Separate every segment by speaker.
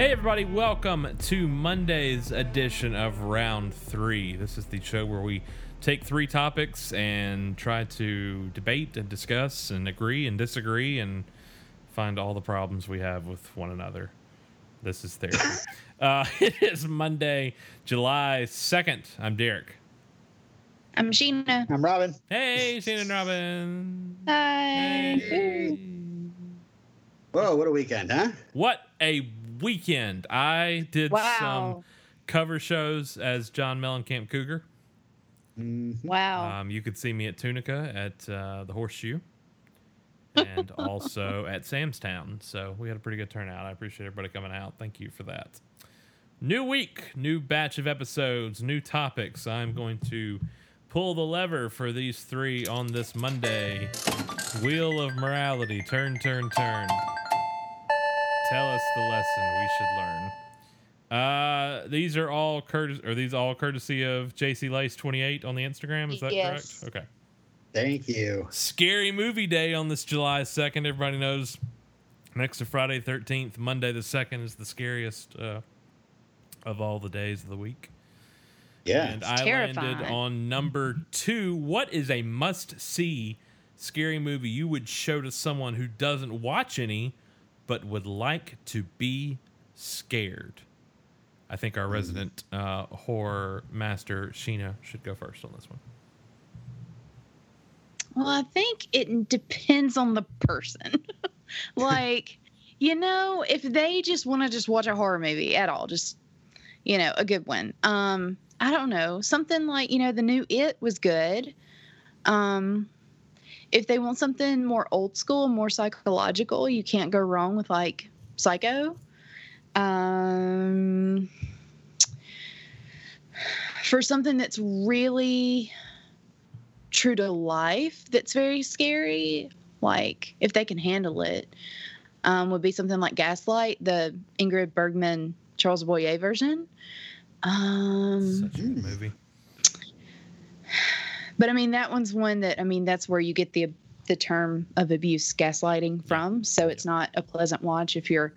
Speaker 1: everybody, welcome to Monday's edition of Round Three. This is the show where we take three topics and try to debate and discuss and agree and disagree and find all the problems we have with one another. This is therapy. uh, it is Monday, July 2nd. I'm Derek.
Speaker 2: I'm Sheena.
Speaker 3: I'm Robin.
Speaker 1: Hey, Shane and Robin.
Speaker 2: Hi.
Speaker 1: Hey.
Speaker 3: Whoa, what a weekend, huh?
Speaker 1: What a weekend. I did some
Speaker 2: Wow.
Speaker 1: cover shows as John Mellencamp Cougar.
Speaker 3: Mm,
Speaker 2: Wow.
Speaker 1: Um, you could see me at Tunica at uh, the Horseshoe and also at Sam's Town. So we had a pretty good turnout. I appreciate everybody coming out. Thank you for that. New week, new batch of episodes, new topics. I'm going to pull the lever for these three on this Monday. Wheel of morality, turn, turn, turn. Tell us the lesson we should learn. Uh, these are all courtesy. Are these all courtesy of JC Lace twenty eight on the Instagram? Is that
Speaker 2: Yes.
Speaker 1: correct? Okay.
Speaker 3: Thank you.
Speaker 1: Scary movie day on this July second. Everybody knows. Next to Friday thirteenth, Monday the second is the scariest uh, of all the days of the week.
Speaker 3: Yeah.
Speaker 1: And
Speaker 2: It's
Speaker 1: I landed
Speaker 2: terrifying.
Speaker 1: on number two. What is a must see scary movie you would show to someone who doesn't watch any but would like to be scared? I think our resident uh, horror master, Sheena, should go first on this one.
Speaker 2: well, I think it depends on the person. like, you know, if they just want to just watch a horror movie at all, just you know, a good one. Um, I don't know. Something like, you know, the new It was good. Um if they want something more old school, more psychological, you can't go wrong with like Psycho. Um for something that's really true to life that's very scary like if they can handle it um, would be something like gaslight the ingrid bergman charles boyer version um,
Speaker 1: Such a good movie.
Speaker 2: but i mean that one's one that i mean that's where you get the the term of abuse gaslighting from so it's not a pleasant watch if you're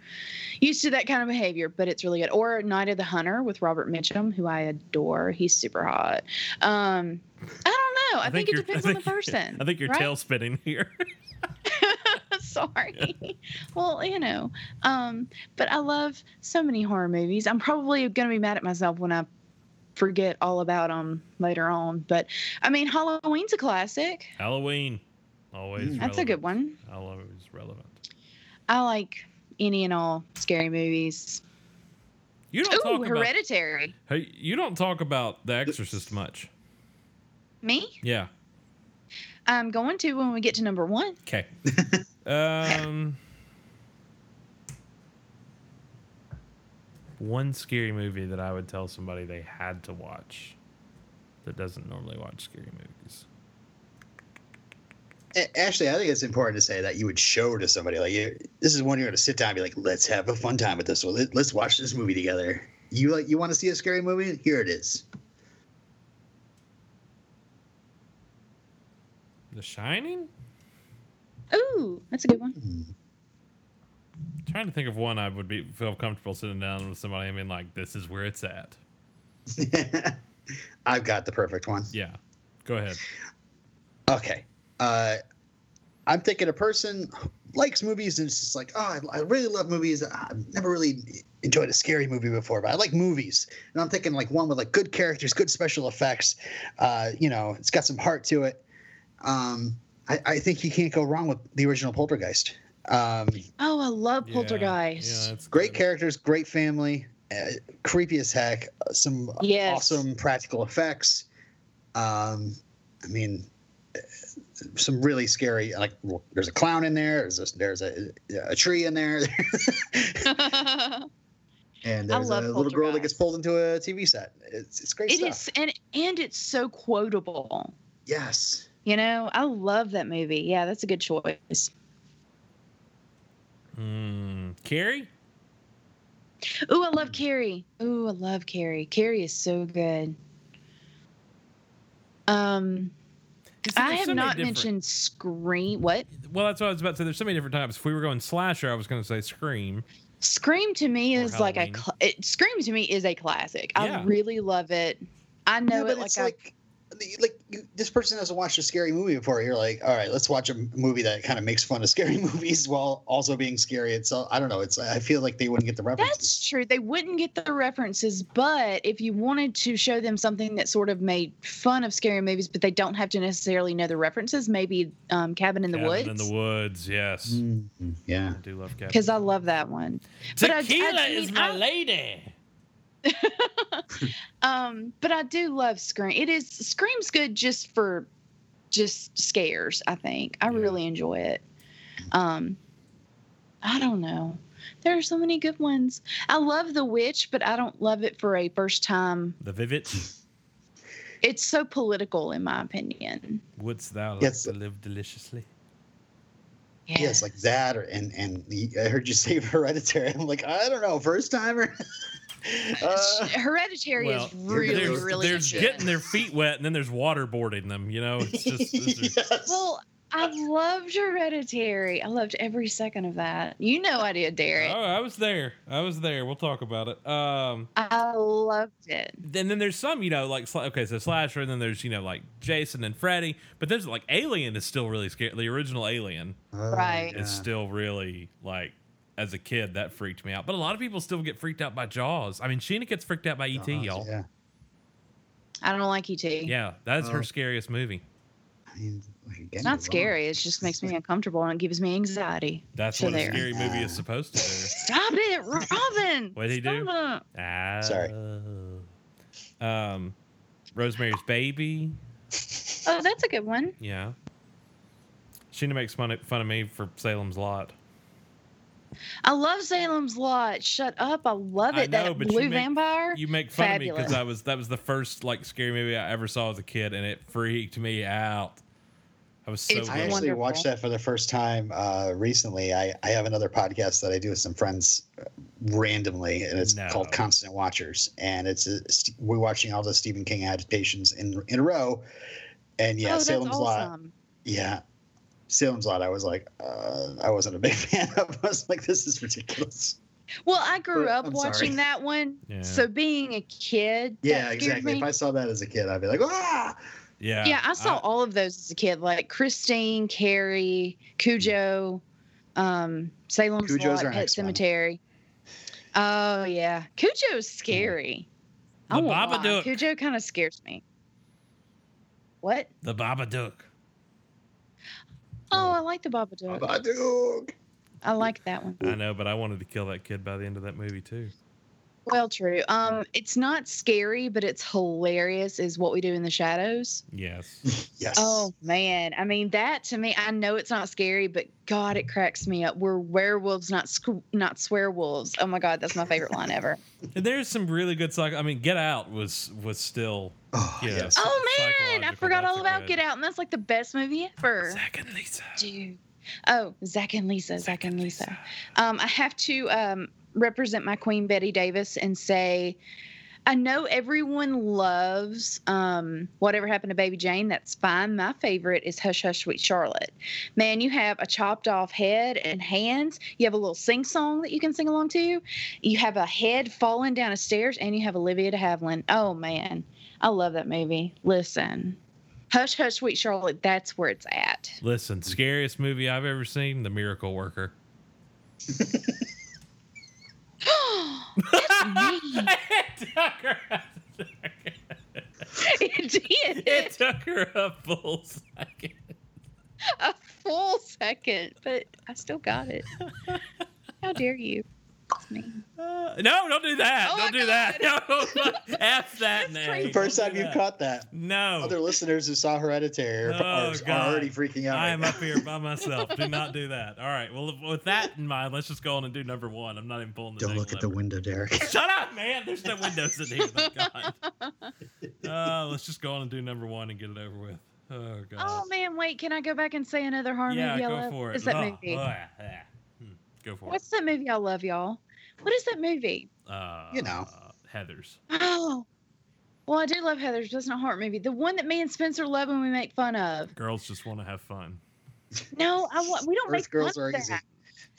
Speaker 2: used to that kind of behavior but it's really good or night of the hunter with robert mitchum who i adore he's super hot um i don't know i, think,
Speaker 1: you're-
Speaker 2: it depends on the person
Speaker 1: I think you're
Speaker 2: right?
Speaker 1: tail spinning here.
Speaker 2: Sorry. well, you know, um, but I love so many horror movies. I'm probably going to be mad at myself when I forget all about them later on. But I mean, Halloween's a classic.
Speaker 1: Halloween, always.
Speaker 3: Mm.
Speaker 2: That's a good one.
Speaker 1: one. Always relevant.
Speaker 2: I like any and all scary movies.
Speaker 1: You don't
Speaker 2: Ooh,
Speaker 1: talk about.
Speaker 2: Hereditary.
Speaker 1: Hey, you don't talk about The Exorcist much.
Speaker 2: Me?
Speaker 1: Yeah.
Speaker 2: I'm going to when we get to number one.
Speaker 1: Okay. um, one scary movie that I would tell somebody they had to watch that doesn't normally watch scary movies.
Speaker 3: A- Ashley, I think it's important to say that you would show to somebody like you, this is one you're going to sit down and be like, let's have a fun time with this one. Let- Let's watch this movie together. You like you want to see a scary movie? Here it is.
Speaker 1: The Shining.
Speaker 2: Ooh, that's a good one.
Speaker 1: I'm trying to think of one I would be feel comfortable sitting down with somebody and being like, "This is where it's at."
Speaker 3: Mm. I've got the perfect one.
Speaker 1: Yeah. Go ahead.
Speaker 3: Okay. Uh, I'm thinking a person likes movies and it's just like, oh, I, I really love movies. I've never really enjoyed a scary movie before, but I like movies. And I'm thinking like one with like good characters, good special effects. Uh, you know, it's got some heart to it. Um, I, I think you can't go wrong with the original Poltergeist. Um,
Speaker 2: Oh, I love
Speaker 1: Yeah.
Speaker 2: Poltergeist.
Speaker 1: Yeah, that's
Speaker 3: great
Speaker 1: good.
Speaker 3: characters, great family, uh, creepy as heck. uh, Some
Speaker 2: Yes.
Speaker 3: awesome practical effects. Um, I mean, uh, some really scary. Like, well, there's a clown in there. There's a, there's a, a tree in there, and
Speaker 2: I
Speaker 3: there's a
Speaker 2: love
Speaker 3: little girl that gets
Speaker 2: Poltergeist.
Speaker 3: pulled into a TV set. It's it's great
Speaker 2: it
Speaker 3: stuff.
Speaker 2: is, and and it's so quotable.
Speaker 3: Yes.
Speaker 2: You know, I love that movie. Yeah, that's a good choice.
Speaker 1: Mm, Carrie.
Speaker 2: Ooh, I love Carrie. Ooh, I love Carrie. Carrie is so good. Um,
Speaker 1: You see,
Speaker 2: I
Speaker 1: there's
Speaker 2: have
Speaker 1: so many
Speaker 2: not
Speaker 1: different-
Speaker 2: mentioned Scream. What?
Speaker 1: Well, that's what I was about to say. There's so many different types. If we were going slasher, I was going to say Scream.
Speaker 2: Scream to me
Speaker 1: Or
Speaker 2: is like a
Speaker 1: Halloween.
Speaker 2: cl- it, Scream to me is a classic.
Speaker 1: Yeah.
Speaker 2: I really love it. I know
Speaker 3: but
Speaker 2: it like,
Speaker 3: it's
Speaker 2: I-
Speaker 3: like the- like you, this person hasn't watched a scary movie before. You're like, all right, let's watch a movie that kind of makes fun of scary movies while also being scary. It's all- I don't know. It's I feel like they wouldn't get the references.
Speaker 2: that's true. They wouldn't get the references, but if you wanted to show them something that sort of made fun of scary movies, but they don't have to necessarily know the references, maybe um, Cabin in the
Speaker 1: Cabin In
Speaker 2: Woods.
Speaker 1: the woods, yes.
Speaker 3: Mm, yeah.
Speaker 1: I do love Cabin.
Speaker 2: Because I love that one. but I- I mean, I-
Speaker 1: lady.
Speaker 2: Um, but I do love Scream. It is Scream's good just for just scares, I think. I
Speaker 1: Yeah.
Speaker 2: really enjoy it. Um I don't know. There are so many good ones. I love The Witch, but I don't love it for a first time.
Speaker 1: The vivid
Speaker 2: It's so political in my opinion.
Speaker 1: wouldst thou like
Speaker 3: Yes.
Speaker 1: to live deliciously?
Speaker 3: Yes, like that, or and and the, I heard you say hereditary. I'm like, I don't know, first timer. uh,
Speaker 2: Hereditary is really,
Speaker 1: there's,
Speaker 2: really
Speaker 1: there's
Speaker 2: good.
Speaker 1: getting their feet wet and then there's waterboarding them. You know, it's just it's just-
Speaker 3: yes.
Speaker 2: well, I loved Hereditary. I loved every second of that. You know I did,
Speaker 1: oh,
Speaker 2: Derek.
Speaker 1: I was there. I was there. We'll talk about it. Um,
Speaker 2: I loved it.
Speaker 1: then then there's some you know like sli- okay so slasher and then there's you know like Jason and Freddy but there's like Alien is still really scary the original Alien
Speaker 3: Oh,
Speaker 2: Right.
Speaker 1: is still really like as a kid that freaked me out but a lot of people still get freaked out by Jaws I mean Sheena gets freaked out by ET
Speaker 3: Oh,
Speaker 1: y'all yeah,
Speaker 3: Yeah.
Speaker 2: I don't like ET.
Speaker 1: that's her
Speaker 3: Oh.
Speaker 1: scariest movie
Speaker 3: I mean, like, again,
Speaker 2: It's
Speaker 3: you're wrong.
Speaker 2: not scary. It just makes me uncomfortable and it gives me anxiety.
Speaker 1: that's
Speaker 2: So
Speaker 1: what a
Speaker 2: there.
Speaker 1: scary movie is supposed to do
Speaker 2: Stop it, Robin.
Speaker 1: What'd he do?
Speaker 2: Stop
Speaker 1: Ah.
Speaker 3: Sorry.
Speaker 1: Um, Rosemary's Baby.
Speaker 2: it. Oh, that's a good one.
Speaker 1: Yeah. Sheena makes fun of, fun of me for Salem's Lot.
Speaker 2: I love Salem's Lot. Shut up. I love
Speaker 1: I
Speaker 2: it.
Speaker 1: know,
Speaker 2: that
Speaker 1: but you
Speaker 2: blue
Speaker 1: make-
Speaker 2: vampire.
Speaker 1: You make fun of me because
Speaker 2: Fabulous.
Speaker 1: I was that was the first like scary movie I ever saw as a kid, and it freaked me out. I was so
Speaker 2: It's
Speaker 3: I actually
Speaker 1: little.
Speaker 2: wonderful.
Speaker 3: watched that for the first time uh, recently. I, I have another podcast that I do with some friends uh, randomly, and it's
Speaker 1: No.
Speaker 3: called Constant Watchers. And it's a, st- we're watching all the Stephen King adaptations in in a row. And
Speaker 2: oh,
Speaker 3: yeah,
Speaker 2: that's
Speaker 3: Salem's Lot.
Speaker 2: awesome.
Speaker 3: Yeah, Salem's Lot. I was like, uh, I wasn't a big fan of. I was like, this is ridiculous.
Speaker 2: Well, I grew
Speaker 3: Or-
Speaker 2: up
Speaker 3: I'm
Speaker 2: watching
Speaker 3: sorry.
Speaker 2: that one.
Speaker 1: Yeah.
Speaker 2: So being a kid. that
Speaker 3: Yeah,
Speaker 2: scared
Speaker 3: exactly.
Speaker 2: me.
Speaker 3: If I saw that as a kid, I'd be like, ah.
Speaker 1: Yeah.
Speaker 2: yeah, I saw all of those as a kid, like Christine, Carrie, Cujo, um, Salem's
Speaker 3: Cujo's
Speaker 2: Lot,
Speaker 3: our
Speaker 2: Pet
Speaker 3: next one.
Speaker 2: Cemetery. Oh yeah, Cujo's scary. I
Speaker 1: The
Speaker 2: won't lie.
Speaker 1: Babadook.
Speaker 2: Cujo kind of scares me. What?
Speaker 1: the Babadook.
Speaker 2: Oh, I like the Babadook.
Speaker 3: Babadook.
Speaker 2: I like that one.
Speaker 1: I know, but I wanted to kill that kid by the end of that movie too.
Speaker 2: Well, true. Um, it's not scary, but it's hilarious. Is what we do in the shadows.
Speaker 1: Yes.
Speaker 3: Yes.
Speaker 2: Oh man, I mean that to me. I know it's not scary, but God, it cracks me up. We're werewolves, not squ- not swear wolves. Oh my God, that's my favorite line ever.
Speaker 1: and there's some really good psych. I mean, Get Out was was still.
Speaker 3: Oh,
Speaker 1: Yeah.
Speaker 3: yes.
Speaker 2: Oh man, I
Speaker 1: Psychological,
Speaker 2: forgot
Speaker 1: that's
Speaker 2: all
Speaker 1: a
Speaker 2: about
Speaker 1: good-
Speaker 2: Get Out, and that's like the best movie ever.
Speaker 1: Zach and Lisa.
Speaker 2: Dude. Oh, Zach and Lisa, Zach and Lisa. Um, I have to um, represent my queen Betty Davis and say, I know everyone loves um, whatever happened to Baby Jane. That's fine. My favorite is Hush Hush Sweet Charlotte. Man, you have a chopped off head and hands. You have a little sing song that you can sing along to. You have a head falling down a stairs, and you have Olivia De Havilland. Oh man, I love that movie. Listen, Hush Hush Sweet Charlotte. That's where it's at.
Speaker 1: Listen, scariest movie I've ever seen, The Miracle Worker.
Speaker 2: it did.
Speaker 1: it took her a full second.
Speaker 2: a full second, but I still got it. How dare you? It's me.
Speaker 1: Uh, no, don't do that.
Speaker 2: Oh
Speaker 1: don't
Speaker 2: my
Speaker 1: do that. No, F that name.
Speaker 3: First
Speaker 1: Don't
Speaker 3: time
Speaker 1: do
Speaker 3: you've
Speaker 1: that.
Speaker 3: caught that.
Speaker 1: No.
Speaker 3: Other listeners who saw Hereditary are,
Speaker 1: Oh,
Speaker 3: are,
Speaker 1: God.
Speaker 3: are already freaking out.
Speaker 1: I
Speaker 3: right
Speaker 1: am
Speaker 3: now.
Speaker 1: up here by myself. Do not do that. All right. Well, with that in mind, let's just go on and do number one. I'm not even pulling the.
Speaker 3: Don't
Speaker 1: dang
Speaker 3: look at the
Speaker 1: lever.
Speaker 3: window, Derek.
Speaker 1: Shut up, man. There's no windows in here. Thank God. Uh, let's just go on and do number one and get it over with. Oh God.
Speaker 2: Oh man, wait, can I go back and say another horror
Speaker 1: yeah,
Speaker 2: movie? I
Speaker 1: go
Speaker 2: love?
Speaker 1: for it.
Speaker 2: Is that
Speaker 1: Oh,
Speaker 2: movie?
Speaker 1: oh, yeah, yeah. Hmm, Go for
Speaker 2: What's that movie I love, y'all? What is that movie?
Speaker 1: it. Uh,
Speaker 3: You know.
Speaker 1: Heather's.
Speaker 2: Oh. Well, I do love Heather's, but it's not a horror movie. The one that me and Spencer love and we make fun of.
Speaker 1: Girls just want to have fun.
Speaker 2: No, I want we don't
Speaker 3: Earth
Speaker 2: make
Speaker 3: girls
Speaker 2: fun
Speaker 3: are
Speaker 2: of that.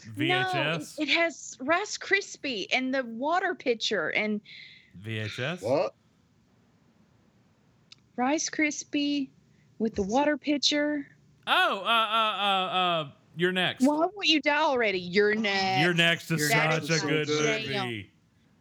Speaker 3: easy.
Speaker 1: VHS.
Speaker 2: No, it has Rice Krispie and the water pitcher and
Speaker 1: VHS.
Speaker 3: What?
Speaker 2: Rice Krispie with the water pitcher.
Speaker 1: Oh, uh, uh, uh, uh, you're next.
Speaker 2: Why won't you die already? You're next.
Speaker 1: You're next is
Speaker 3: You're
Speaker 1: such
Speaker 3: Next
Speaker 1: a
Speaker 3: is so
Speaker 1: good
Speaker 3: good.
Speaker 1: movie.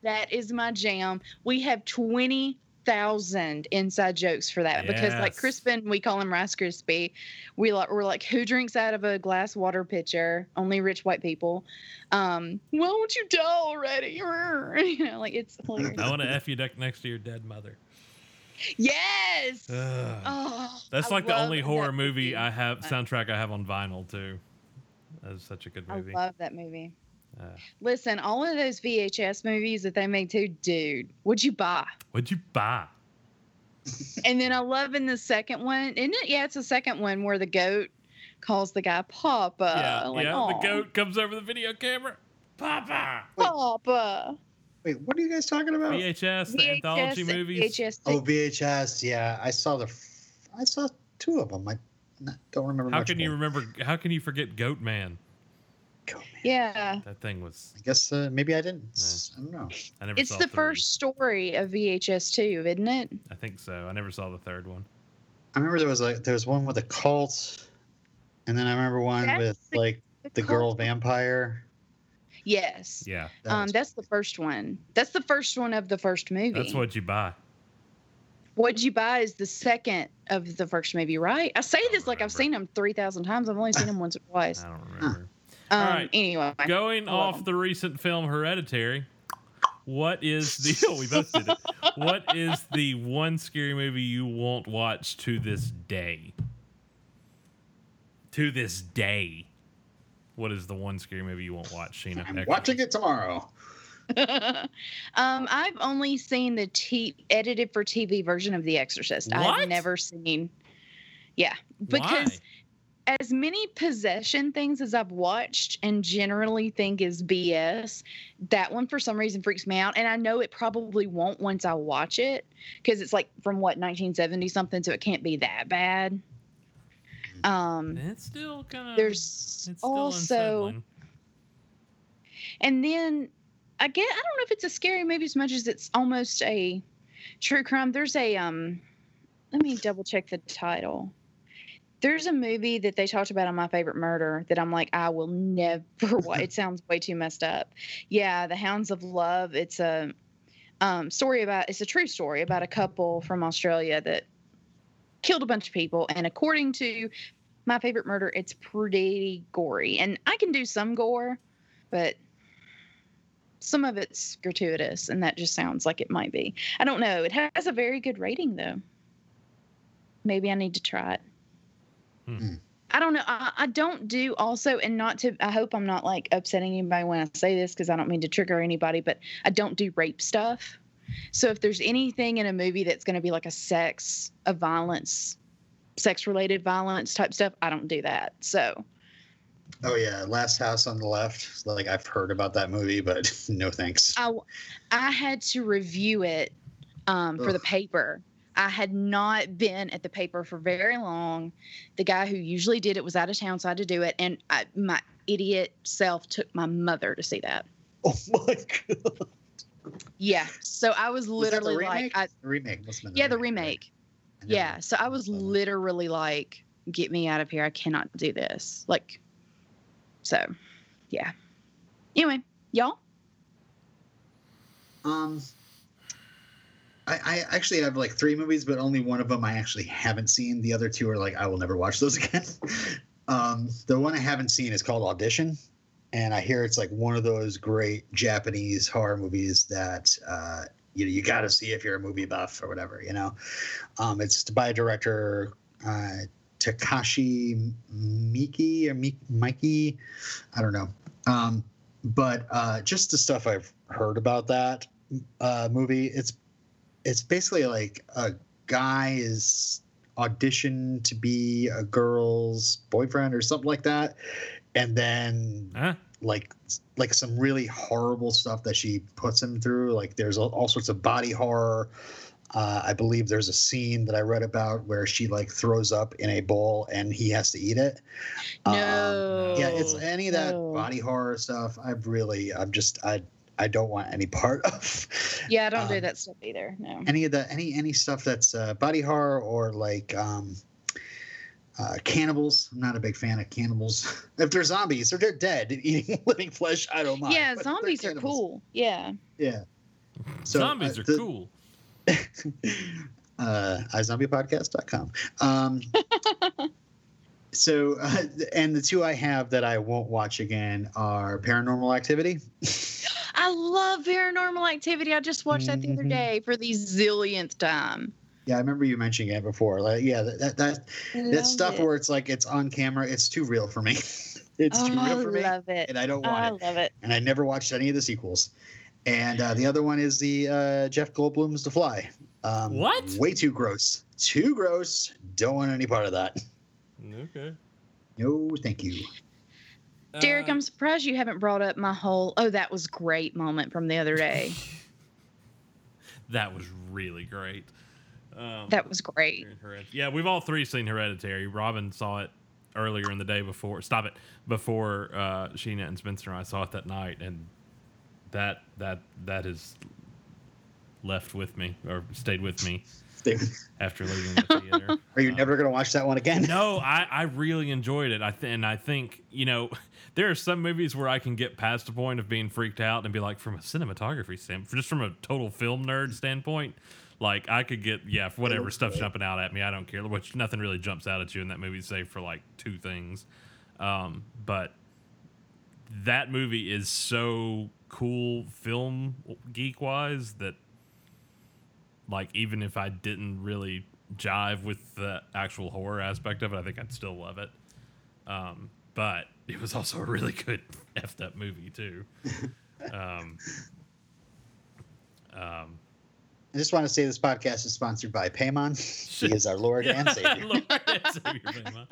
Speaker 2: That is my jam. We have twenty thousand inside jokes for that because like
Speaker 1: Yes.
Speaker 2: Crispin, we call him Rice Krispie. We like we're like, who drinks out of a glass water pitcher? Only rich white people. Um, why won't you die already? You know, like it's hilarious.
Speaker 1: I want to f you duck next to your dead mother.
Speaker 2: Yes.
Speaker 1: Ugh.
Speaker 2: Oh,
Speaker 1: Uh, That's
Speaker 2: I
Speaker 1: like the
Speaker 2: love
Speaker 1: only
Speaker 2: that
Speaker 1: horror movie I have
Speaker 2: I-
Speaker 1: soundtrack I have on vinyl too. That's such a good
Speaker 2: I
Speaker 1: movie.
Speaker 2: love that movie.
Speaker 1: Uh,
Speaker 2: Listen, all of those VHS movies that they made too, dude, would you buy?
Speaker 1: what'd you buy?
Speaker 2: And then I love in the second one, isn't it? Yeah, it's the second one where the goat calls the guy Papa.
Speaker 1: yeah,
Speaker 2: Uh, Like,
Speaker 1: yeah.
Speaker 2: "Aw,
Speaker 1: The goat comes over the video camera. Papa.
Speaker 2: Papa.
Speaker 3: Wait, what are you guys talking about?
Speaker 1: VHS, the anthology
Speaker 2: VHS,
Speaker 1: movies.
Speaker 2: VHS.
Speaker 3: Oh, VHS. Yeah, I saw the. f- I saw two of them. I n- don't remember.
Speaker 1: How
Speaker 3: much
Speaker 1: can
Speaker 3: more.
Speaker 1: you remember? How can you forget Goat Man?
Speaker 3: Go, man.
Speaker 2: Yeah.
Speaker 1: That thing was.
Speaker 3: I guess uh, maybe I didn't. S- I don't know.
Speaker 1: I never.
Speaker 2: It's
Speaker 1: saw
Speaker 2: the
Speaker 1: three.
Speaker 2: first story of VHS too, isn't it?
Speaker 1: I think so. I never saw the third one.
Speaker 3: I remember there was like there was one with a cult, and then I remember one
Speaker 2: That's
Speaker 3: with
Speaker 2: the-
Speaker 3: like the girl
Speaker 2: cult-
Speaker 3: vampire.
Speaker 2: Yes.
Speaker 1: Yeah,
Speaker 3: That
Speaker 2: um,
Speaker 3: was-
Speaker 2: that's the first one. That's the first one of the first movie.
Speaker 1: that's what you buy.
Speaker 2: What'd you buy is the second of the first movie, right? I say
Speaker 1: don't
Speaker 2: this like I've
Speaker 1: remember.
Speaker 2: seen them 3,000 times. I've only seen them once or twice.
Speaker 1: I don't remember.
Speaker 2: Um,
Speaker 1: right.
Speaker 2: Anyway,
Speaker 1: Going
Speaker 2: Oh,
Speaker 1: off
Speaker 2: well.
Speaker 1: the recent film Hereditary, what is the? Oh, we both did it. What is the one scary movie you won't watch to this day? To this day, what is the one scary movie you won't watch, Sheena?
Speaker 3: I'm
Speaker 1: Eckles?
Speaker 3: watching it tomorrow.
Speaker 2: um, I've only seen the t- edited for TV version of The Exorcist.
Speaker 1: What?
Speaker 2: I've never seen. Yeah, because as many possession things as I've watched and generally think is BS, that one for some reason freaks me out. And I know it probably won't once I watch it because it's like from what 1970 something, so it can't be that bad. Um,
Speaker 1: Why? It's still kind of.
Speaker 2: there's
Speaker 1: Hmm. It's still
Speaker 2: also.
Speaker 1: unsettling.
Speaker 2: And then I get I don't know if it's a scary movie as much as it's almost a true crime. There's a um let me double check the title. There's a movie that they talked about on My Favorite Murder that I'm like, I will never watch. It sounds way too messed up. Yeah, The Hounds of Love. It's a um, story about, it's a true story about a couple from Australia that killed a bunch of people. And according to My Favorite Murder, it's pretty gory. And I can do some gore, but some of it's gratuitous and that just sounds like it might be i don't know it has a very good rating though maybe i need to try it
Speaker 1: Hmm.
Speaker 3: Hmm.
Speaker 2: i don't know I, I don't do also and not to i hope i'm not like upsetting anybody when i say this because i don't mean to trigger anybody but i don't do rape stuff so if there's anything in a movie that's going to be like a sex a violence sex related violence type stuff i don't do that so
Speaker 3: Oh yeah, Last House on the Left. Like I've heard about that movie, but no thanks.
Speaker 2: I, I had to review it um, for the
Speaker 3: Ugh.
Speaker 2: paper. I had not been at the paper for very long. The guy who usually did it was out of town, so I had to do it. And I, my idiot self took my mother to see that.
Speaker 3: Oh my god!
Speaker 2: Yeah. So I was
Speaker 3: Was that the
Speaker 2: literally like,
Speaker 3: remake?
Speaker 2: I,
Speaker 3: The remake. must've been
Speaker 2: yeah, the remake.
Speaker 3: I never-
Speaker 2: Yeah. So I was
Speaker 3: saw that.
Speaker 2: literally like, get me out of here. I cannot do this. Like, so yeah. Anyway, y'all.
Speaker 3: Um, I, I actually have like three movies, but only one of them I actually haven't seen. The other two are like I will never watch those again. um, the one I haven't seen is called Audition, and I hear it's like one of those great Japanese horror movies that uh, you know you got to see if you're a movie buff or whatever. You know, um, it's by director uh, Takashi Miki or Mi- Mikey, I don't know. Um, but uh, just the stuff I've heard about that uh, movie, it's it's basically like a guy is auditioned to be a girl's boyfriend or something like that, and then
Speaker 1: Huh?
Speaker 3: like like some really horrible stuff that she puts him through. Like there's all, all sorts of body horror. Uh, I believe there's a scene that I read about where she like throws up in a bowl and he has to eat it. Um,
Speaker 2: no.
Speaker 3: yeah, it's any of that
Speaker 2: No.
Speaker 3: body horror stuff. I've really, I'm just, I, I don't want any part of
Speaker 2: yeah, I don't do
Speaker 3: um,
Speaker 2: that stuff either. No.
Speaker 3: any of the any any stuff that's uh, body horror or like um, uh, cannibals. I'm not a big fan of cannibals. if they're zombies or they're dead eating living flesh, I don't mind.
Speaker 2: Yeah,
Speaker 3: but they're
Speaker 2: zombies are
Speaker 3: cannibals.
Speaker 2: cool. Yeah.
Speaker 3: Yeah. So,
Speaker 1: Zombies
Speaker 3: uh,
Speaker 1: are
Speaker 3: the-
Speaker 1: cool.
Speaker 3: uh, izombiepodcast.com. Um, so, uh, and the two I have that I won't watch again are Paranormal Activity.
Speaker 2: I love paranormal activity. I just watched that the other
Speaker 3: Mhm.
Speaker 2: day for the zillionth time.
Speaker 3: Yeah, I remember you mentioning it before. Like, yeah, that that, that, that stuff where it's like it's on camera, it's too real for me. it's
Speaker 2: oh,
Speaker 3: too
Speaker 2: I
Speaker 3: real for me,
Speaker 2: love it.
Speaker 3: and I don't want
Speaker 2: I
Speaker 3: it.
Speaker 2: love it.
Speaker 3: And I never watched any of the sequels. And uh, the other one is the uh, Jeff Goldblum's The Fly. Um,
Speaker 1: What?
Speaker 3: Way too gross. Too gross. Don't want any part of that.
Speaker 1: Okay.
Speaker 3: No, thank you.
Speaker 2: Derek, I'm surprised you haven't brought up my whole oh that was great moment from the other day.
Speaker 1: Uh, That was really great. Um,
Speaker 2: that was great.
Speaker 1: Hereditary. Yeah, we've all three seen Hereditary. Robin saw it earlier in the day before. Stop it. Before uh, Sheena and Spencer and I saw it that night, and that that that is left with me or stayed with me after leaving the theater.
Speaker 3: Are you
Speaker 1: Uh,
Speaker 3: never going to watch that one again?
Speaker 1: no, I, I really enjoyed it. I th- and I think you know there are some movies where I can get past the point of being freaked out and be like, from a cinematography standpoint, just from a total film nerd standpoint, like I could get yeah, if whatever
Speaker 3: looks
Speaker 1: stuff's
Speaker 3: great.
Speaker 1: jumping out at me, I don't care. Which nothing really jumps out at you in that movie, save for like two things. Um, but that movie is so cool, film geek wise, that like even if I didn't really jive with the actual horror aspect of it, I think I'd still love it. Um, but it was also a really good effed up movie too. Um, um,
Speaker 3: I just want to say this podcast is sponsored by Paymon. He is our Lord and Savior.
Speaker 1: Lord and Savior, Bema.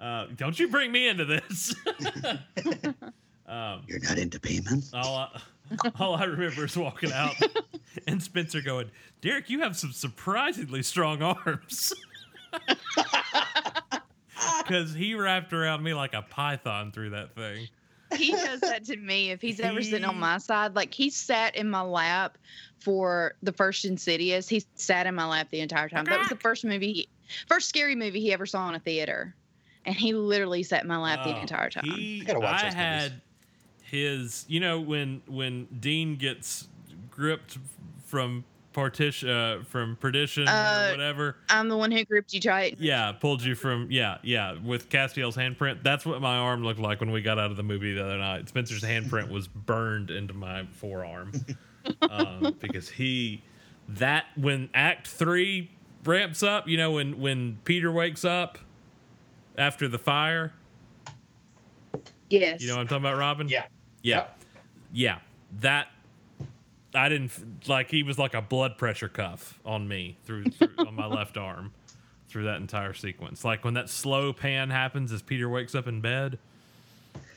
Speaker 1: Uh, don't you bring me into this. um,
Speaker 3: You're not into Paymon?
Speaker 1: all I, all I remember is walking out and Spencer going, Derek, you have some surprisingly strong arms. Because he wrapped around me like a python through that thing.
Speaker 2: He does that to me if he's ever sitting on my side. Like he sat in my lap for the first Insidious. He sat in my lap the entire time. That was the first movie, he, first scary movie he ever saw in a theater, and he literally sat in my lap the
Speaker 1: Oh,
Speaker 2: entire time.
Speaker 1: He,
Speaker 3: I
Speaker 1: I,
Speaker 3: gotta watch those movies.
Speaker 1: had his, you know, when when Dean gets gripped from partition, uh, from perdition
Speaker 2: Uh,
Speaker 1: or whatever.
Speaker 2: I'm the one who gripped you tight.
Speaker 1: Yeah, pulled you from yeah, yeah, with Castiel's handprint. That's what my arm looked like when we got out of the movie the other night. Spencer's handprint was burned into my forearm um, because he that when Act Three ramps up, you know, when when Peter wakes up after the fire,
Speaker 2: Yes.
Speaker 1: you know what I'm talking about, Robin?
Speaker 3: Yeah.
Speaker 1: yeah, yeah. That I didn't f- like. He was like a blood pressure cuff on me through, through on my left arm through that entire sequence. Like when that slow pan happens as Peter wakes up in bed.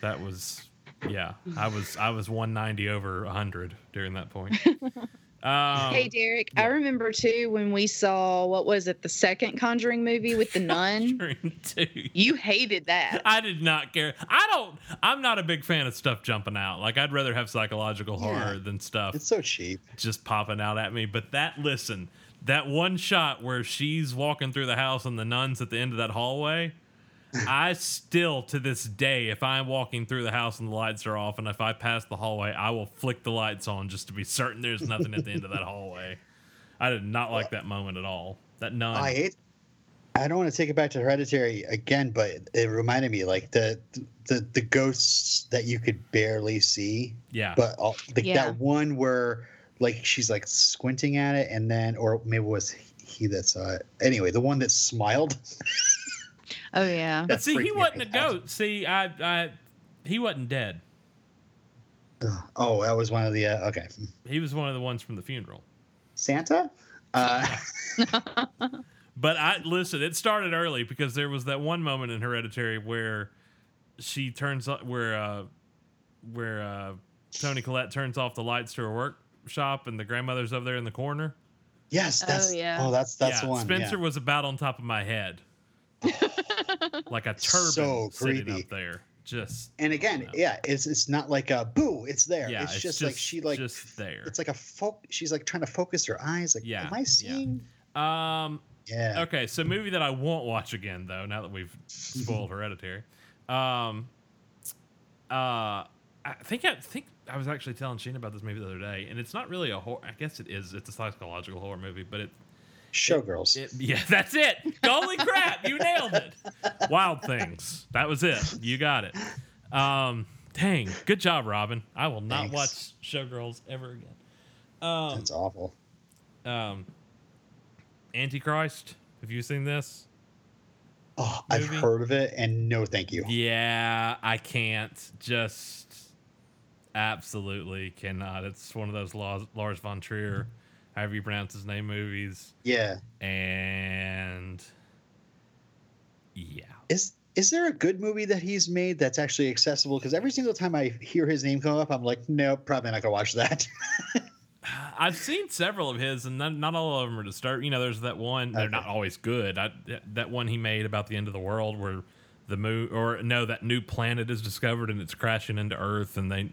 Speaker 1: That was yeah. I was I was 190 over 100 during that point. Um,
Speaker 2: Hey Derek,
Speaker 1: yeah.
Speaker 2: I remember too when we saw what was it, the second Conjuring movie with the nun.
Speaker 1: during two.
Speaker 2: You hated that.
Speaker 1: I did not care. I don't. I'm not a big fan of stuff jumping out. Like I'd rather have psychological
Speaker 3: Yeah.
Speaker 1: horror than stuff
Speaker 3: It's so cheap.
Speaker 1: just popping out at me. But that listen, that one shot where she's walking through the house and the nuns at the end of that hallway, I still to this day, if I'm walking through the house and the lights are off, and if I pass the hallway, I will flick the lights on just to be certain there's nothing at the end of that hallway. I did not like that moment at all. That nun.
Speaker 3: I hate. I don't want to take it back to Hereditary again, but it reminded me like the the the ghosts that you could barely see,
Speaker 1: yeah.
Speaker 3: but all, like
Speaker 2: Yeah.
Speaker 3: that one where like she's like squinting at it, and then or maybe it was he that saw it. Anyway, the one that smiled.
Speaker 2: Oh yeah.
Speaker 1: but see, he
Speaker 3: freaked me
Speaker 1: wasn't a
Speaker 3: out.
Speaker 1: goat. See, I, I, he wasn't dead.
Speaker 3: Ugh. Oh, that was one of the uh, okay.
Speaker 1: He was one of the ones from the funeral.
Speaker 3: Santa. Uh,
Speaker 1: But I listen, it started early because there was that one moment in Hereditary where she turns up where uh where uh Tony Collette turns off the lights to her workshop and the grandmother's over there in the corner.
Speaker 3: Yes,
Speaker 2: Oh,
Speaker 3: that's oh,
Speaker 2: yeah.
Speaker 3: that's that's
Speaker 1: yeah,
Speaker 3: the one.
Speaker 1: Spencer
Speaker 3: yeah.
Speaker 1: was about on top of my head, like a turban
Speaker 3: So
Speaker 1: sitting
Speaker 3: creepy.
Speaker 1: up there. Just
Speaker 3: And again,
Speaker 1: No.
Speaker 3: yeah, it's it's not like a boo, it's there.
Speaker 1: yeah,
Speaker 3: it's, just, like she like
Speaker 1: just there.
Speaker 3: it's like a fo- she's like trying to focus her eyes like
Speaker 1: Yeah,
Speaker 3: am I
Speaker 1: yeah.
Speaker 3: seeing?
Speaker 1: um,
Speaker 3: Yeah.
Speaker 1: okay, so movie that I won't watch again though. Now that we've spoiled Hereditary, um, uh, I think I think I was actually telling Sheena about this movie the other day, and it's not really a horror. I guess it is. It's a psychological horror movie, but it
Speaker 3: Showgirls.
Speaker 1: It, yeah, that's it. Holy crap, you nailed it. Wild things. That was it. You got it. Um, dang, good job, Robin. I will not
Speaker 3: Thanks.
Speaker 1: watch Showgirls ever again. Um,
Speaker 3: that's awful.
Speaker 1: um, Antichrist. Have you seen this?
Speaker 3: Oh, I've
Speaker 1: movie?
Speaker 3: heard of it and no thank you.
Speaker 1: Yeah, I can't. Just absolutely cannot. It's one of those Lars, Lars von Trier, however you pronounce his name, movies,
Speaker 3: Yeah.
Speaker 1: and yeah.
Speaker 3: Is is there a good movie that he's made that's actually accessible? Because every single time I hear his name come up, I'm like, no, probably not gonna watch that.
Speaker 1: I've seen several of his, and not, not all of them are disturbing. You know, there's that one. They're
Speaker 3: Okay.
Speaker 1: not always good. I, that- that one he made about the end of the world, where the moon, or no, that new planet is discovered and it's crashing into Earth, and they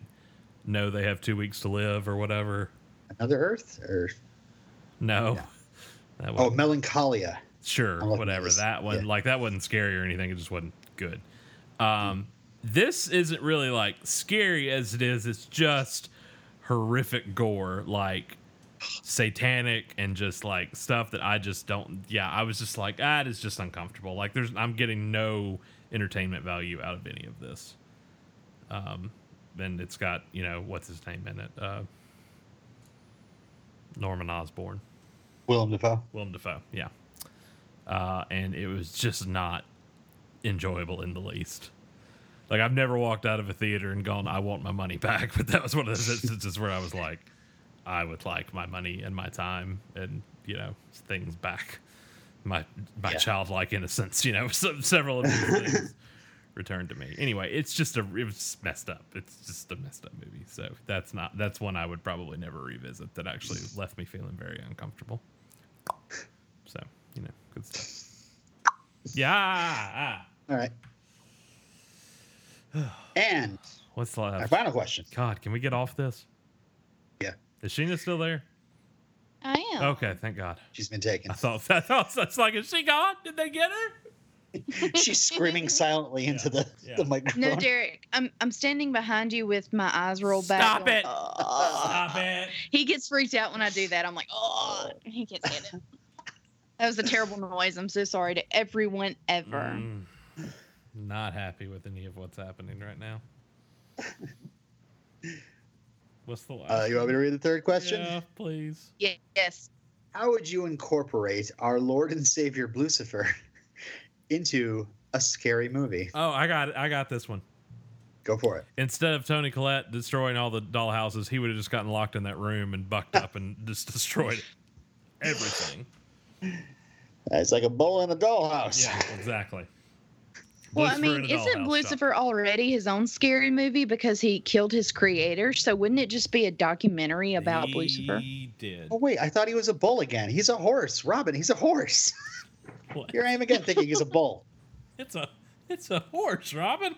Speaker 1: know they have two weeks to live or whatever.
Speaker 3: Another Earth or
Speaker 1: No, that
Speaker 3: oh,
Speaker 1: one,
Speaker 3: Melancholia.
Speaker 1: sure,
Speaker 3: I'm looking at
Speaker 1: whatever.
Speaker 3: this.
Speaker 1: That one,
Speaker 3: Yeah.
Speaker 1: like that wasn't scary or anything. It just wasn't good. Um, this isn't really like scary as it is. It's just horrific gore, like satanic and just like stuff that I just don't. Yeah, I was just like, ah, it is just uncomfortable. Like, there's I'm getting no entertainment value out of any of this. Um, and it's got you know what's his name in it, uh, Norman Osborn.
Speaker 3: Willem Dafoe.
Speaker 1: Willem Dafoe, yeah. Uh, and it was just not enjoyable in the least. Like I've never walked out of a theater and gone, "I want my money back," but that was one of those instances where I was like, "I would like my money and my time and you know things back, my my
Speaker 3: Yeah.
Speaker 1: childlike innocence." You know, so, several of these things returned to me. Anyway, it's just a it was just messed up. It's just a messed up movie. So that's not that's one I would probably never revisit. That actually left me feeling very uncomfortable. So, you know, good stuff. Yeah.
Speaker 3: All right. And
Speaker 1: What's
Speaker 3: our
Speaker 1: left?
Speaker 3: final question.
Speaker 1: God, can we get off this?
Speaker 3: Yeah.
Speaker 1: Is Sheena still there?
Speaker 2: I am.
Speaker 1: Okay, thank God.
Speaker 3: She's been taken.
Speaker 1: I thought I thought that's like, is she gone? Did they get her?
Speaker 3: She's screaming silently into the,
Speaker 1: yeah.
Speaker 3: the microphone.
Speaker 2: No, Derek, I'm I'm standing behind you with my eyes rolled back.
Speaker 1: Stop
Speaker 2: going,
Speaker 1: it.
Speaker 2: "Oh."
Speaker 3: Ah,
Speaker 1: Stop
Speaker 3: Uh,
Speaker 1: it.
Speaker 2: He gets freaked out when I do that. I'm like, oh, he can't stand it. That was a terrible noise. I'm so sorry to everyone ever.
Speaker 1: Mm. not happy with any of what's happening right now. What's the last
Speaker 3: uh, you want me to read the third question?
Speaker 1: Yeah, please.
Speaker 2: Ye- Yes.
Speaker 3: How would you incorporate our Lord and Savior Lucifer into a scary movie?
Speaker 1: Oh, I got it. I got this one.
Speaker 3: Go for it.
Speaker 1: instead of Tony Collette destroying all the dollhouses, he would have just gotten locked in that room and bucked up and just destroyed everything.
Speaker 3: Uh, It's like a bowl in a dollhouse.
Speaker 1: Yeah, exactly.
Speaker 2: Well, I
Speaker 1: Lucifer
Speaker 2: mean,
Speaker 1: in a dollhouse
Speaker 2: isn't
Speaker 1: shop.
Speaker 2: Lucifer already his own scary movie because he killed his creator? So wouldn't it just be a documentary about
Speaker 1: he
Speaker 2: Lucifer?
Speaker 1: did.
Speaker 3: Oh wait, I thought he was a bull again. He's a horse, Robin. He's a horse.
Speaker 1: What?
Speaker 3: Here I am again thinking he's a bull.
Speaker 1: It's a it's a horse, Robin.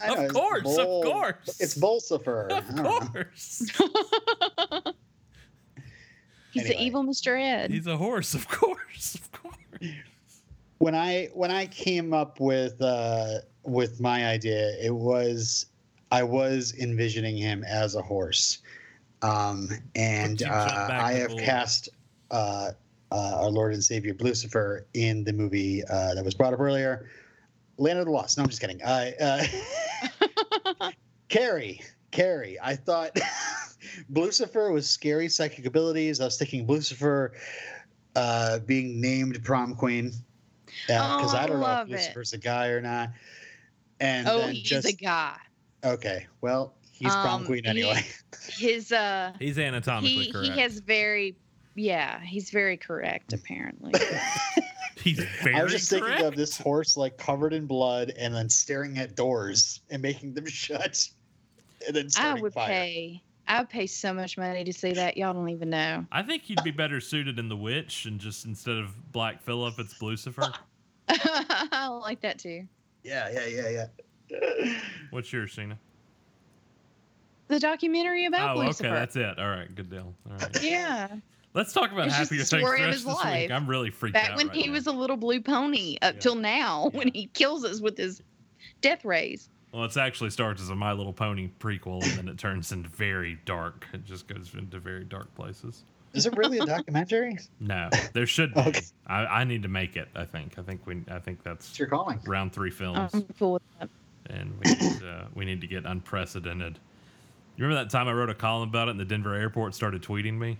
Speaker 3: I
Speaker 1: Of
Speaker 3: know, it's
Speaker 1: course, of
Speaker 3: bull-
Speaker 1: course.
Speaker 3: It's Bolsifer. I
Speaker 1: Of
Speaker 3: don't know.
Speaker 1: course,
Speaker 2: He's the
Speaker 3: Anyway.
Speaker 2: evil Mr. Ed.
Speaker 1: he's a horse. Of course, of course.
Speaker 3: when I when I came up with uh, with my idea, it was I was envisioning him as a horse, um, and
Speaker 1: But you jumped
Speaker 3: uh,
Speaker 1: back
Speaker 3: I
Speaker 1: to
Speaker 3: have
Speaker 1: bull.
Speaker 3: cast uh, uh, our Lord and Savior Lucifer in the movie uh, that was brought up earlier, Land of the Lost. No, I'm just kidding. I, uh, Carrie, Carrie, I thought. Lucifer was scary psychic abilities. I was thinking Lucifer uh, being named prom queen because
Speaker 2: Oh,
Speaker 3: I
Speaker 2: I
Speaker 3: don't know if
Speaker 2: love it.
Speaker 3: Lucifer's a guy or not. And
Speaker 2: oh,
Speaker 3: then
Speaker 2: he's
Speaker 3: just
Speaker 2: a guy.
Speaker 3: okay. Well, he's prom
Speaker 2: Um,
Speaker 3: queen
Speaker 2: he-
Speaker 3: anyway.
Speaker 2: His uh
Speaker 1: He's anatomically
Speaker 2: he, he
Speaker 1: correct.
Speaker 2: has very yeah, he's very correct apparently.
Speaker 1: he's very
Speaker 3: I was just
Speaker 1: correct.
Speaker 3: thinking of this horse like covered in blood and then staring at doors and making them shut, and then
Speaker 2: I
Speaker 3: starting
Speaker 2: would
Speaker 3: fire.
Speaker 2: pay I would pay so much money to see that. Y'all don't even know.
Speaker 1: I think he'd be better suited in The Witch and just instead of Black Phillip, it's Lucifer.
Speaker 2: I like that too.
Speaker 3: Yeah, yeah, yeah, yeah.
Speaker 1: What's yours, Sheena?
Speaker 2: The documentary about
Speaker 1: oh,
Speaker 2: Lucifer.
Speaker 1: okay, that's it. All right, good deal. All right.
Speaker 2: yeah.
Speaker 1: Let's talk about
Speaker 2: It's just
Speaker 1: happier
Speaker 2: the
Speaker 1: things
Speaker 2: story of
Speaker 1: Thresh
Speaker 2: his
Speaker 1: this
Speaker 2: life.
Speaker 1: week. I'm really freaked
Speaker 2: Back
Speaker 1: out
Speaker 2: when
Speaker 1: right
Speaker 2: he
Speaker 1: now.
Speaker 2: was a little blue pony up
Speaker 1: Yeah.
Speaker 2: till now when
Speaker 1: Yeah.
Speaker 2: he kills us with his death rays.
Speaker 1: Well, it actually starts as a My Little Pony prequel, and then it turns into very dark. It just goes into very dark places.
Speaker 3: Is it really a documentary?
Speaker 1: No, there should be.
Speaker 3: Okay.
Speaker 1: I, I need to make it. I think. I think we. I think
Speaker 3: It's
Speaker 1: that's
Speaker 3: your calling.
Speaker 1: round three films,
Speaker 2: I'm cool with that.
Speaker 1: and we need, uh, we need to get unprecedented. You remember that time I wrote a column about it, and the Denver airport started tweeting me?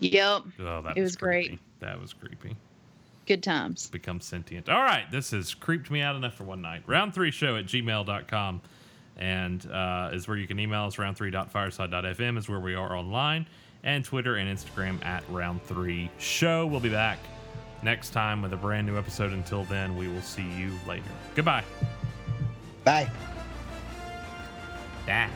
Speaker 2: Yep.
Speaker 1: Oh, that
Speaker 2: It
Speaker 1: was,
Speaker 2: was great.
Speaker 1: creepy. That was creepy.
Speaker 2: Good times.
Speaker 1: become sentient. All right, this has creeped me out enough for one night. Round three show at gmail.com and uh, is where you can email us. Round three.fireside.fm is where we are online and Twitter and Instagram at round three show. We'll be back next time with a brand new episode. Until then, we will see you later. Goodbye.
Speaker 3: Bye.
Speaker 1: Bye.